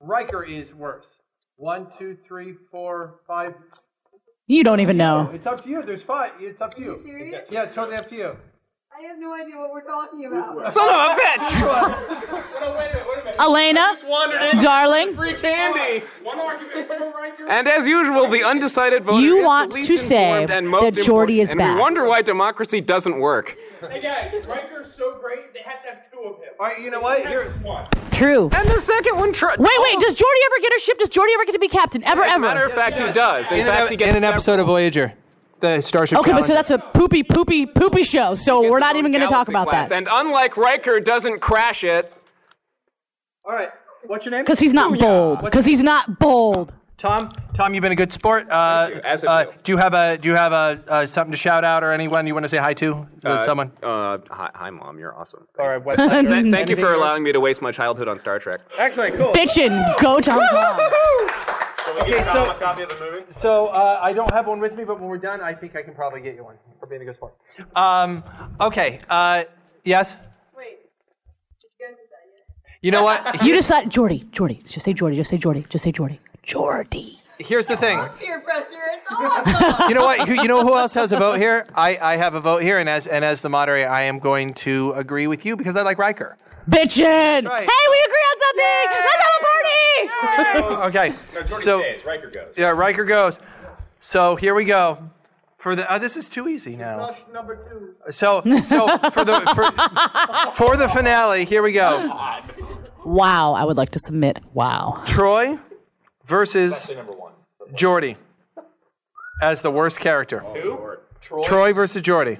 S5: Riker is worse. One, two, three, four, five.
S4: You don't even know.
S5: It's up to you. There's five. It's up to you.
S7: serious?
S5: Yeah, it's totally up to you.
S7: I have no idea what we're talking about.
S11: Son of a bitch!
S4: Elena, darling,
S6: Free candy.
S5: One argument for Riker.
S11: And as usual, the undecided voter
S4: You
S11: is the
S4: want
S11: least
S4: to say
S11: informed and most
S4: that Jordy
S11: important,
S4: is
S11: and
S4: bad.
S11: We wonder why democracy doesn't work.
S5: Hey guys, Riker's so great they have to have two of him. All right, you know what? Here's one.
S4: true.
S11: And the second one tried.
S4: Wait, wait, does Jordy ever get a ship? Does Jordy ever get to be captain? Ever,
S11: As a matter
S4: ever?
S11: of fact, he does. In,
S1: in,
S11: fact,
S1: an,
S11: he
S1: ep-
S11: gets
S1: in an episode of Voyager, the Starship
S4: Okay, but
S1: Challenger.
S4: so that's a poopy, poopy, poopy show. So we're not even going to talk about that
S11: And unlike Riker, doesn't crash it.
S5: All right, what's your name?
S4: because he's not bold. Because he's not bold.
S1: Tom, Tom, you've been a good sport. Uh,
S11: you, as have
S1: uh,
S11: you.
S1: Do you have a do you have a uh, something to shout out or anyone you want to say hi to? Uh, someone.
S11: Uh, hi, hi, mom. You're awesome.
S1: All right. Website.
S11: Th- thank you for allowing me to waste my childhood on Star Trek.
S5: Excellent, cool.
S4: Bitchin', go Tom Tom.
S5: Okay, so
S10: A copy of the movie.
S1: So uh, I don't have one with me, but when we're done, I think I can probably get you one for being a good sport. Um, okay. Uh, yes.
S7: Wait. Did you guys decide yet?
S1: You know what?
S4: You decide, Jordy, Jordy. Just say Jordy. Just say Jordy. Just say Jordy. Jordy.
S1: Here's the thing.
S7: Peer pressure, it's awesome.
S1: You know what? Who, you know who else has a vote here? I, I have a vote here, and as and as the moderator, I am going to agree with you because I like Riker.
S4: Bitchin'.
S1: right.
S4: Hey, we agree on something. Let's have a party.
S1: Okay.
S10: No, Jordy
S1: So
S10: stays. Riker goes.
S1: yeah, Riker goes. So here we go. For the oh, this is too easy now.
S5: Flush number two.
S1: So so for the for, for the finale, here we go.
S4: Wow, I would like to submit. Wow.
S1: Troy versus
S10: Number one.
S1: Jordy as the worst character.
S10: Who? Troy,
S1: Troy versus Jordy.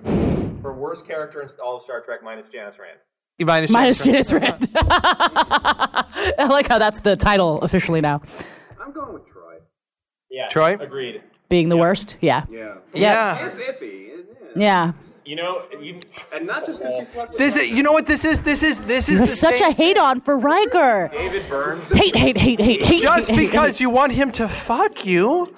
S10: for worst character in all of Star Trek minus Janice Rand.
S1: You Minus,
S4: Minus
S1: Jennifer.
S4: Janice Rand. I like how that's the title officially now.
S8: I'm going with Troy.
S10: Yeah.
S1: Troy?
S10: Agreed.
S4: Being the worst. Yeah.
S8: Yeah.
S1: Yeah.
S8: It's iffy. isn't it?
S4: Yeah.
S10: You know, you,
S8: And not just because she slept with
S1: This is you know what this is? This is this is
S4: You're
S1: the
S4: such
S1: same-
S4: a hate on for Riker.
S10: David Burns.
S4: Hate, hate, hate, hate, hate.
S1: just
S4: hate, hate,
S1: because
S4: hate.
S1: you want him to fuck you.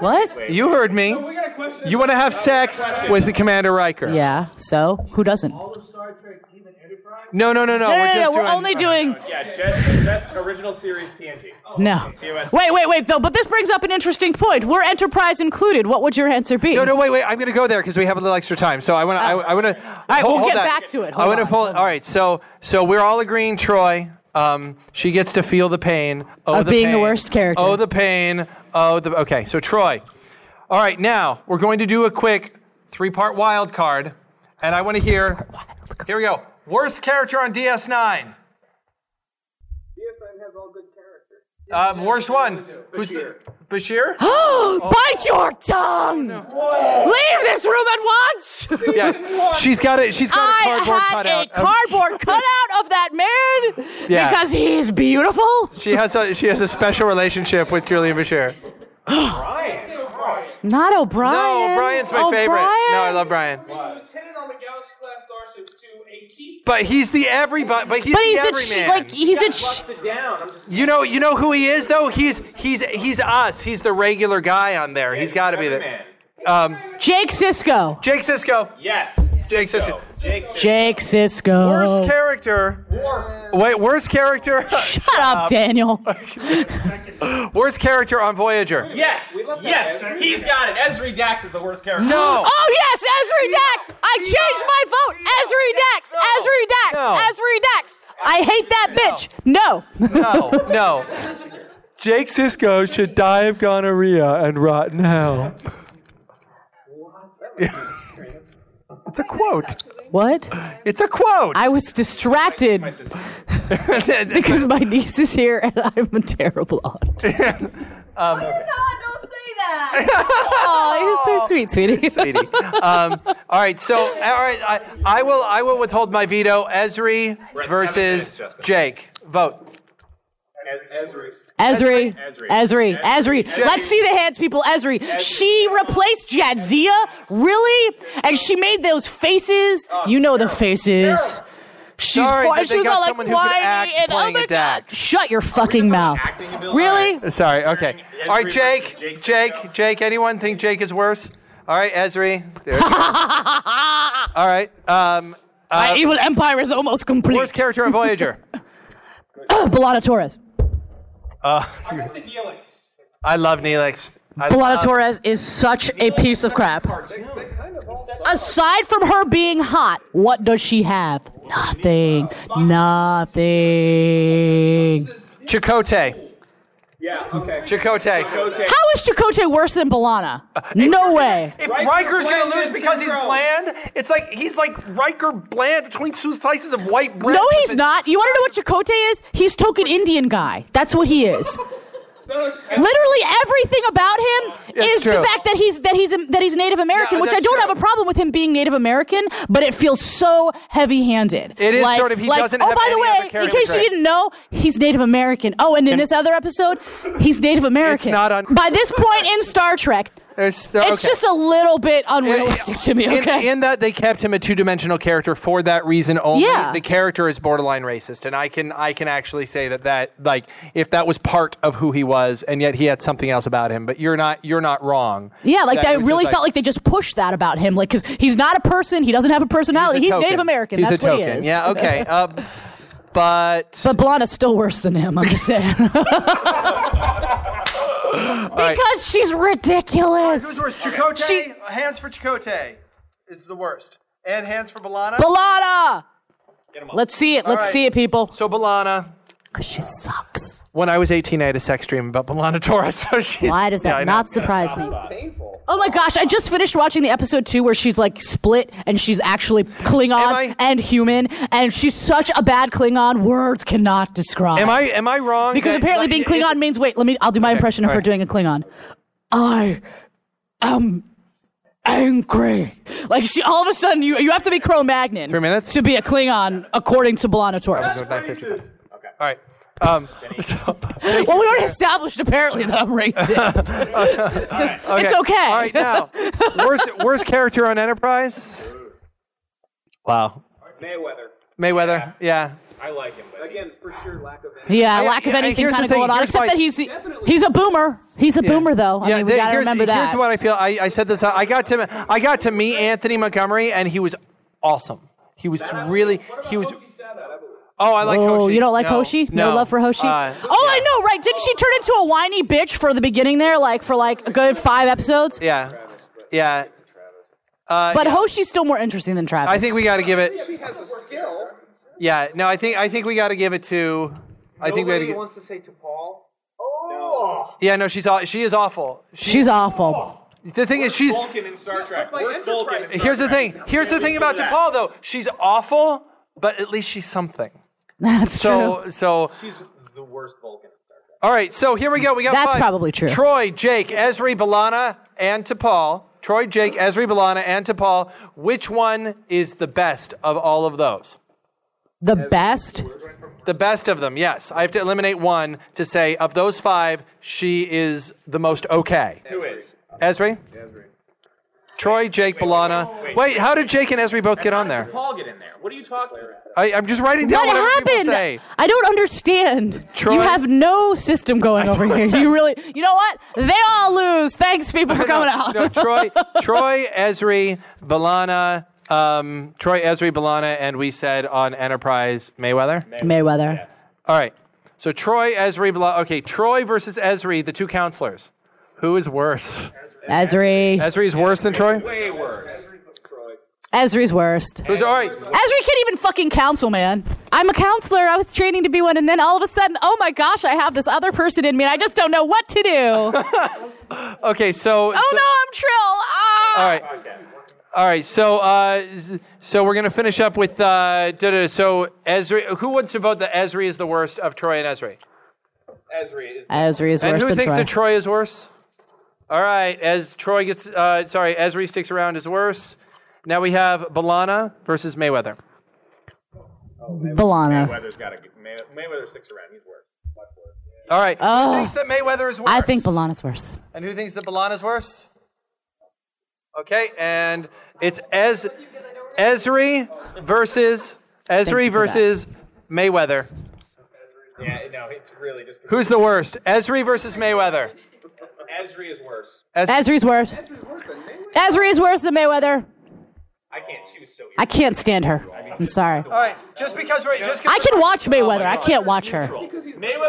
S4: What?
S1: You heard me.
S5: We got a question.
S1: You want to have sex with Commander Riker.
S4: Yeah. So who doesn't? No,
S5: All of Star Trek Human Enterprise.
S1: No, no, no, no.
S4: no,
S1: we're
S4: no.
S1: just
S4: We're
S1: doing-
S4: only doing.
S10: Yeah, just, just original series TNG.
S4: No.
S10: TOS.
S4: Wait, wait, wait, though. But this brings up an interesting point. Were Enterprise included? What would your answer be?
S1: No, no, wait, wait. I'm going to go there because we have a little extra time. So I want to. I, I want to. All
S4: right, we'll get back to it.
S1: I
S4: Hold
S1: want to
S4: on,
S1: pull. All right. So, so we're all agreeing, Troy. Um, she gets to feel the pain oh,
S4: Of
S1: the
S4: being the
S1: pain.
S4: worst character.
S1: Oh, the pain. Oh, the. Okay. So Troy. All right. Now we're going to do a quick three-part wild card, and I want to hear. Here we go. Worst character on DS9.
S8: DS9 has all good characters.
S1: Um, worst one. Who's the- Bashir?
S4: Bite your tongue! Leave this room at once!
S1: yeah. She's got it. She's got a
S4: I
S1: cardboard
S4: had
S1: cutout. Um,
S4: a
S1: of-
S4: cardboard cutout of that man
S1: Yeah.
S4: because he's beautiful.
S1: She has a she has a special relationship with Julian Bashir.
S4: Not O'Brien.
S1: No, Brian's
S4: Oh,
S1: my favorite. No, I
S4: O'Brien.
S1: love Brian.
S5: Lieutenant on the Galaxy class starship to a chief.
S1: But he's the everybody. But he's,
S4: But he's
S1: the
S4: a ch-
S1: everyman.
S4: like he's a ch-
S1: you know, you know who he is though. He's he's he's us. He's the regular guy on there. he's got to be there.
S10: Man.
S1: Um,
S4: Jake Cisco.
S1: Jake Sisko.
S10: Yes.
S1: Jake Sisko.
S10: Jake.
S4: Jake Cisco.
S1: Worst character. Wait, worst character.
S4: Shut up, Daniel.
S1: worst character on Voyager.
S10: Yes. Yes. He's got it. Esri Dax is the worst character.
S1: No.
S4: Oh yes, Ezri Dax! I changed my
S1: No.
S4: vote. Ezri Dax. Ezri Dax. Ezri Dax. I hate that bitch. No.
S1: No. No. Jake Sisko should die of gonorrhea and rot in hell. it's a quote.
S4: What?
S1: It's a quote.
S4: I was distracted because my niece is here and I'm a terrible aunt.
S1: Um,
S4: oh, you're so sweet, sweetie.
S1: sweetie. um, all right, so all right, I, I will I will withhold my veto. Esri
S10: We're at
S1: versus
S10: seven minutes, Justin.
S1: Jake. Vote.
S10: Ezri.
S4: Esri.
S10: Ezri.
S4: Esri. Esri.
S10: Esri.
S4: Let's see the hands, people. Esri. She replaced Jadzia? Really? And she made those faces? You know the faces. She's
S1: Sorry
S4: fo-
S1: that
S4: she
S1: they
S4: was
S1: got
S4: all like
S1: someone who could
S4: whiny
S1: act
S4: and oh
S1: playing a
S4: my god.
S1: DAC.
S4: Shut your fucking mouth. Really?
S1: Sorry. Okay. All right,
S10: versus
S1: Jake. Jake. Jake. Anyone think Jake is worse? All right, Esri. There it is. all right. Um,
S4: My
S1: uh,
S4: evil empire is almost complete.
S1: worst character on Voyager.
S4: Belana Torres.
S1: Uh,
S5: Neelix.
S1: I love Neelix. I
S4: Belana
S1: love-
S4: Torres is such a piece of crap. Aside from her being hot, what does she have? Nothing. Nothing.
S1: Chakotay.
S10: Yeah. Okay.
S1: Chakotay.
S10: Chakotay.
S4: How is Chakotay worse than Balana?
S1: Uh,
S4: No way.
S1: If
S10: Riker
S1: Riker's
S10: Bland
S1: gonna lose
S10: is
S1: because he's
S10: zero.
S1: bland, it's like he's like Riker bland between two slices of white bread.
S4: No,
S1: with
S4: he's
S1: a-
S4: not. You want to know what Chakotay is? He's token Indian guy. That's what he is. Literally everything about him
S1: It's
S4: is the
S1: true.
S4: fact that he's that he's that he's Native American,
S1: Yeah,
S4: which I
S1: that's
S4: don't
S1: true.
S4: have a problem with him being Native American, but it feels so heavy-handed.
S1: It is sort of- he
S4: like,
S1: doesn't
S4: Oh,
S1: have
S4: by
S1: any other
S4: the way, in
S1: character
S4: case you
S1: traits."
S4: didn't know, he's Native American. Oh, and in this other episode, he's Native American.
S1: not un-
S4: by this point in Star Trek,
S1: There's- there-
S4: it's
S1: okay.
S4: just a little bit unrealistic to me.
S1: In-
S4: Okay.
S1: In, that they kept him a two-dimensional character for that reason only.
S4: Yeah.
S1: The character is borderline racist, and I can I can actually say that that like if that was part of who he was, and yet he had something else about him. But you're not you're not wrong.
S4: Yeah, like
S1: That
S4: I
S1: it was just
S4: really felt like they just pushed that about him, like because he's not a person, he doesn't have a personality, he's,
S1: a
S4: Native
S1: token.
S4: American.
S1: He's
S4: That's
S1: a
S4: what
S1: token.
S4: he is.
S1: Yeah. Okay. Uh, but
S4: But Blonda's still worse than him. I'm just saying
S1: all right.
S4: because she's ridiculous.
S1: Who's worse, Chakotay? Hands for Chakotay is the worst, and hands for Balana.
S4: Balana. Let's see it. Let's
S1: right.
S4: see it, people.
S1: so Balana.
S4: Because she sucks.
S1: When I was 18, I had a sex dream about Balana Torres. So she's
S4: Why does
S1: Yeah,
S4: that
S1: I know.
S4: not surprise me? Oh my gosh! I just finished watching the episode two where she's like split and she's actually Klingon
S1: I-
S4: and human, and she's such a bad Klingon. Words cannot describe.
S1: Am I am I wrong?
S4: Because
S1: that-
S4: apparently
S1: like,
S4: being
S1: is-
S4: Klingon means wait, let me I'll do my impression of her
S1: alright.
S4: doing a Klingon. I am angry. Like she all of a sudden you you have to be Cro Magnon
S1: Three minutes?
S4: to be a Klingon according to Belana Torres.
S1: Go back 55. All right. Um, so-
S4: Well, we already established apparently that I'm racist. It's okay.
S1: All right, now worst worst character on Enterprise. Wow.
S10: Mayweather.
S1: Mayweather. Yeah.
S10: I like him, but again, for sure, lack of.
S4: yeah,
S1: I-
S4: lack of
S1: I-
S4: anything
S1: here's the
S4: kind of
S1: thing,
S4: going on
S1: here's
S4: except
S1: why-
S4: that he's he's a boomer. He's a boomer though. Oh, I mean, we
S1: the-
S4: got to
S1: here's,
S4: remember that.
S1: here's what I feel. I, I said this. I got to I got to meet Anthony Montgomery, and he was awesome. He was really. He was. Oh, I like
S4: Oh,
S1: Hoshi.
S4: you don't like
S1: No,
S4: Hoshi? No, love for Hoshi?
S1: Uh,
S4: oh, I know, right? Didn't she turn into a whiny bitch for the beginning there, like for like a good five episodes?
S1: yeah. Yeah.
S4: but Hoshi's still more interesting than Travis.
S1: I think we got to give it. Yeah. No, I think I think we got to give it to. I think we got to give.
S10: wants to say to Paul.
S1: Yeah. No, she's aw- she is awful. She-
S4: She's awful.
S1: the thing is, she's
S10: Vulcan in Star Trek. Where's Vulcan? in Star
S1: Here's the
S10: Trek?
S1: thing. Here's the thing about T'Pol though. She's awful, but at least she's something.
S4: That's true.
S1: So so.
S10: She's the worst Vulcan. in Star Trek.
S1: All right. So here we go. We got.
S4: That's
S1: five.
S4: probably true.
S1: Troy, Jake, Esri, Balana, and T'Pol. Troy, Jake, Esri, Balana, and T'Pol. Which one is the best of all of those?
S4: The best.
S1: The best of them. Yes. I have to eliminate one to say of those five, she is the most okay.
S10: Who is?
S1: Esri. Troy, Jake, Balana. Wait, how did Jake and Esri both get on there?
S10: Paul get in there. What are you talking about?
S1: I, I'm just writing down
S4: What
S1: whatever people say.
S4: happened? I don't understand.
S1: Troy?
S4: You have no system going over here. You really. You know what? They all lose. Thanks, people, for coming out.
S1: no, Troy, Troy, Esri, Balana, um, Troy, Esri, Balana, and we said on Enterprise Mayweather.
S4: Mayweather.
S1: All right. So Troy, Esri, Balana. Okay, Troy versus Esri, the two counselors. Who is worse?
S4: Ezri.
S1: Esri is worse than Troy.
S10: Way worse.
S4: Ezri's worst.
S1: Who's all right?
S4: Ezra can't even fucking counsel, man. I'm a counselor. I was training to be one, and then all of a sudden, oh my gosh, I have this other person in me, and I just don't know what to do. oh
S1: Okay, so.
S4: no, I'm Trill. Ah!
S1: All right. All right, so uh, z- so we're gonna finish up with uh, da-da. so Ezri. Who wants to vote that Ezri is the worst of Troy and Ezri?
S10: Ezri is.
S4: Ezri is
S1: and
S4: worse
S1: who
S4: than
S1: thinks
S4: Troy.
S1: that Troy is worse? All right, as Troy gets uh, sorry, Ezri sticks around is worse. Now we have Balana versus Mayweather.
S4: Balana.
S6: Mayweather's got to. May, Mayweather sticks around. He's worse. Much worse.
S1: All right,
S4: Oh.
S1: who thinks that Mayweather is worse?
S4: I think Balana's worse.
S1: And who thinks that Balana's worse? Okay, and it's Ez- Ezri versus
S10: Thank
S1: Ezri
S10: you for that.
S1: versus Mayweather.
S10: Yeah, no, it's really just.
S1: Who's the worst? Ezri versus Mayweather.
S10: Ezri is worse.
S1: Ez-
S4: Ezri's worse. Ezri is worse than Mayweather.
S10: I can't. She was so.
S4: I can't stand her. I'm sorry.
S1: All right, just because we're just.
S4: I can watch Mayweather. I can't watch her.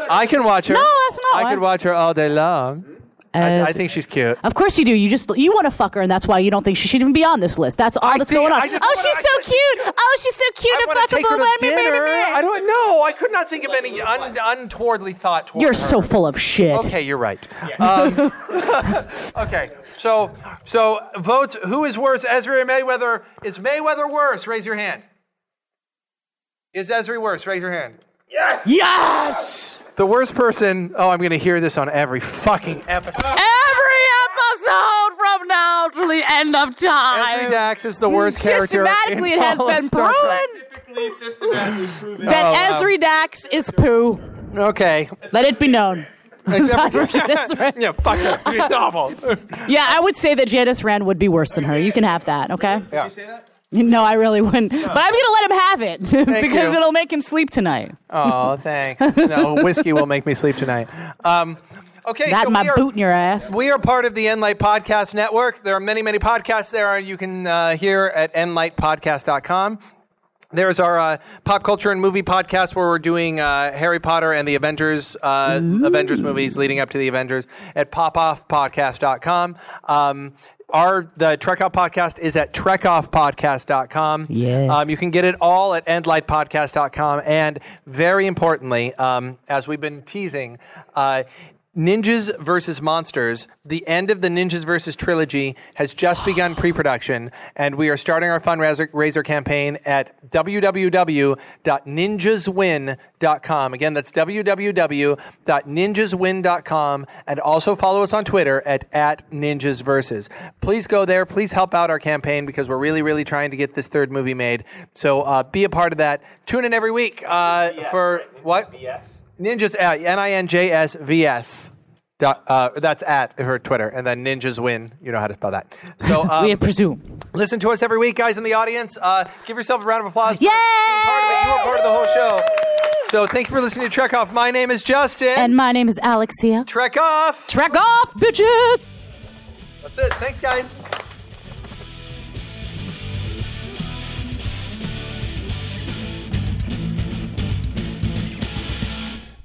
S1: I can watch her.
S4: No, that's not
S1: I
S4: why.
S1: could watch her all day long. I, I
S4: Ezri.
S1: think she's cute.
S4: Of course you do. You just you want to fuck her, and that's why you don't think she should even be on this list. That's all that's
S1: think-
S4: going on.
S1: I
S4: Oh, she's
S1: just
S4: so
S1: wanna- I-
S4: cute. Oh, she's so cute.
S1: I
S4: and
S1: want to take her to
S4: fuckable. Blah, blah, blah,
S1: dinner.
S4: blah, blah.
S1: I don't know. I could not think of any un, untowardly thought. Toward
S4: You're
S1: her.
S4: so full of shit.
S1: Okay, you're right. Um, okay, so so votes. Who is worse, Ezri or Mayweather? Is Mayweather worse? Raise your hand. Is Ezri worse? Raise your hand.
S10: Yes.
S4: Yes.
S1: The worst person. Oh, I'm gonna hear this on every fucking episode.
S4: Every episode from now to the end of time.
S1: Ezri Dax is the worst character.
S4: Systematically,
S1: in
S4: it has
S1: all of
S4: been
S1: Star Trek.
S4: proven
S10: Specifically, systematically proven.
S4: that
S1: Oh, wow.
S4: Ezri Dax is poo.
S1: Okay.
S4: Let it be known.
S1: Except for-
S4: That's right.
S1: yeah, fuck her. She's awful.
S4: Yeah, I would say that Janice Rand would be worse than her. You can have that, okay?
S1: Yeah.
S4: No, I really wouldn't. But I'm gonna let him have it because
S1: you.
S4: it'll make him sleep tonight.
S1: Oh, thanks. No, whiskey will make me sleep tonight. Um, okay,
S4: that
S1: so
S4: my
S1: we are,
S4: boot in your ass.
S1: We are part of the Enlight Podcast Network. There are many, many podcasts there you can uh, hear at enlightpodcast.com. There's our uh, pop culture and movie podcast where we're doing uh, Harry Potter and the Avengers, uh, Avengers movies leading up to the Avengers at popoffpodcast.com. Um, our the Trek Off podcast is at trekoffpodcast.com.
S4: Yes.
S1: Um, you can get it all at endlightpodcast.com. And very importantly, um, as we've been teasing, uh, Ninjas versus Monsters, the end of the Ninjas versus trilogy has just begun pre production, and we are starting our fundraiser raiser campaign at www.ninjaswin.com. Again, that's www.ninjaswin.com, and also follow us on Twitter at, at ninjasversus. Please go there. Please help out our campaign because we're really, really trying to get this third movie made. So uh, be a part of that. Tune in every week uh, for what? Ninjas at N I N J S V S. Dot, uh, that's at her Twitter, and then Ninjas Win. You know how to spell that. So um,
S4: we presume.
S1: listen to us every week, guys in the audience. Uh, give yourself a round of applause.
S4: Yay!
S1: Part of it. You are part of the whole show. So thank you for listening to Trek Off. My name is Justin.
S4: And my name is Alexia.
S1: Trek Off.
S4: Trek off, bitches!
S1: That's it. Thanks, guys.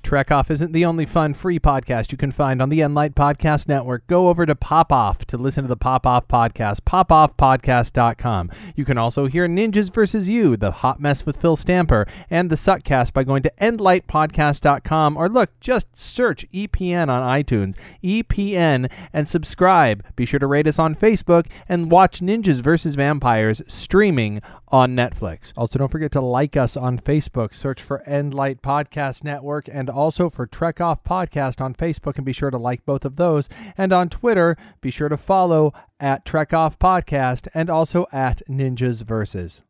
S1: Trek Off isn't the only fun free podcast you can find on the Enlight Podcast Network. Go over to Pop Off to listen to the Pop Off podcast, popoffpodcast.com. You can also hear Ninjas vs. You, The Hot Mess with Phil Stamper, and The Suckcast by going to endlightpodcast.com or look, just search EPN on iTunes, EPN, and subscribe. Be sure to rate us on Facebook and watch Ninjas vs. Vampires streaming on Netflix. Also, don't forget to like us on Facebook. Search for End Light Podcast Network and also for Trek Off Podcast on Facebook, and be sure to like both of those. And on Twitter, be sure to follow at Trek Off Podcast and also at Ninjas Versus.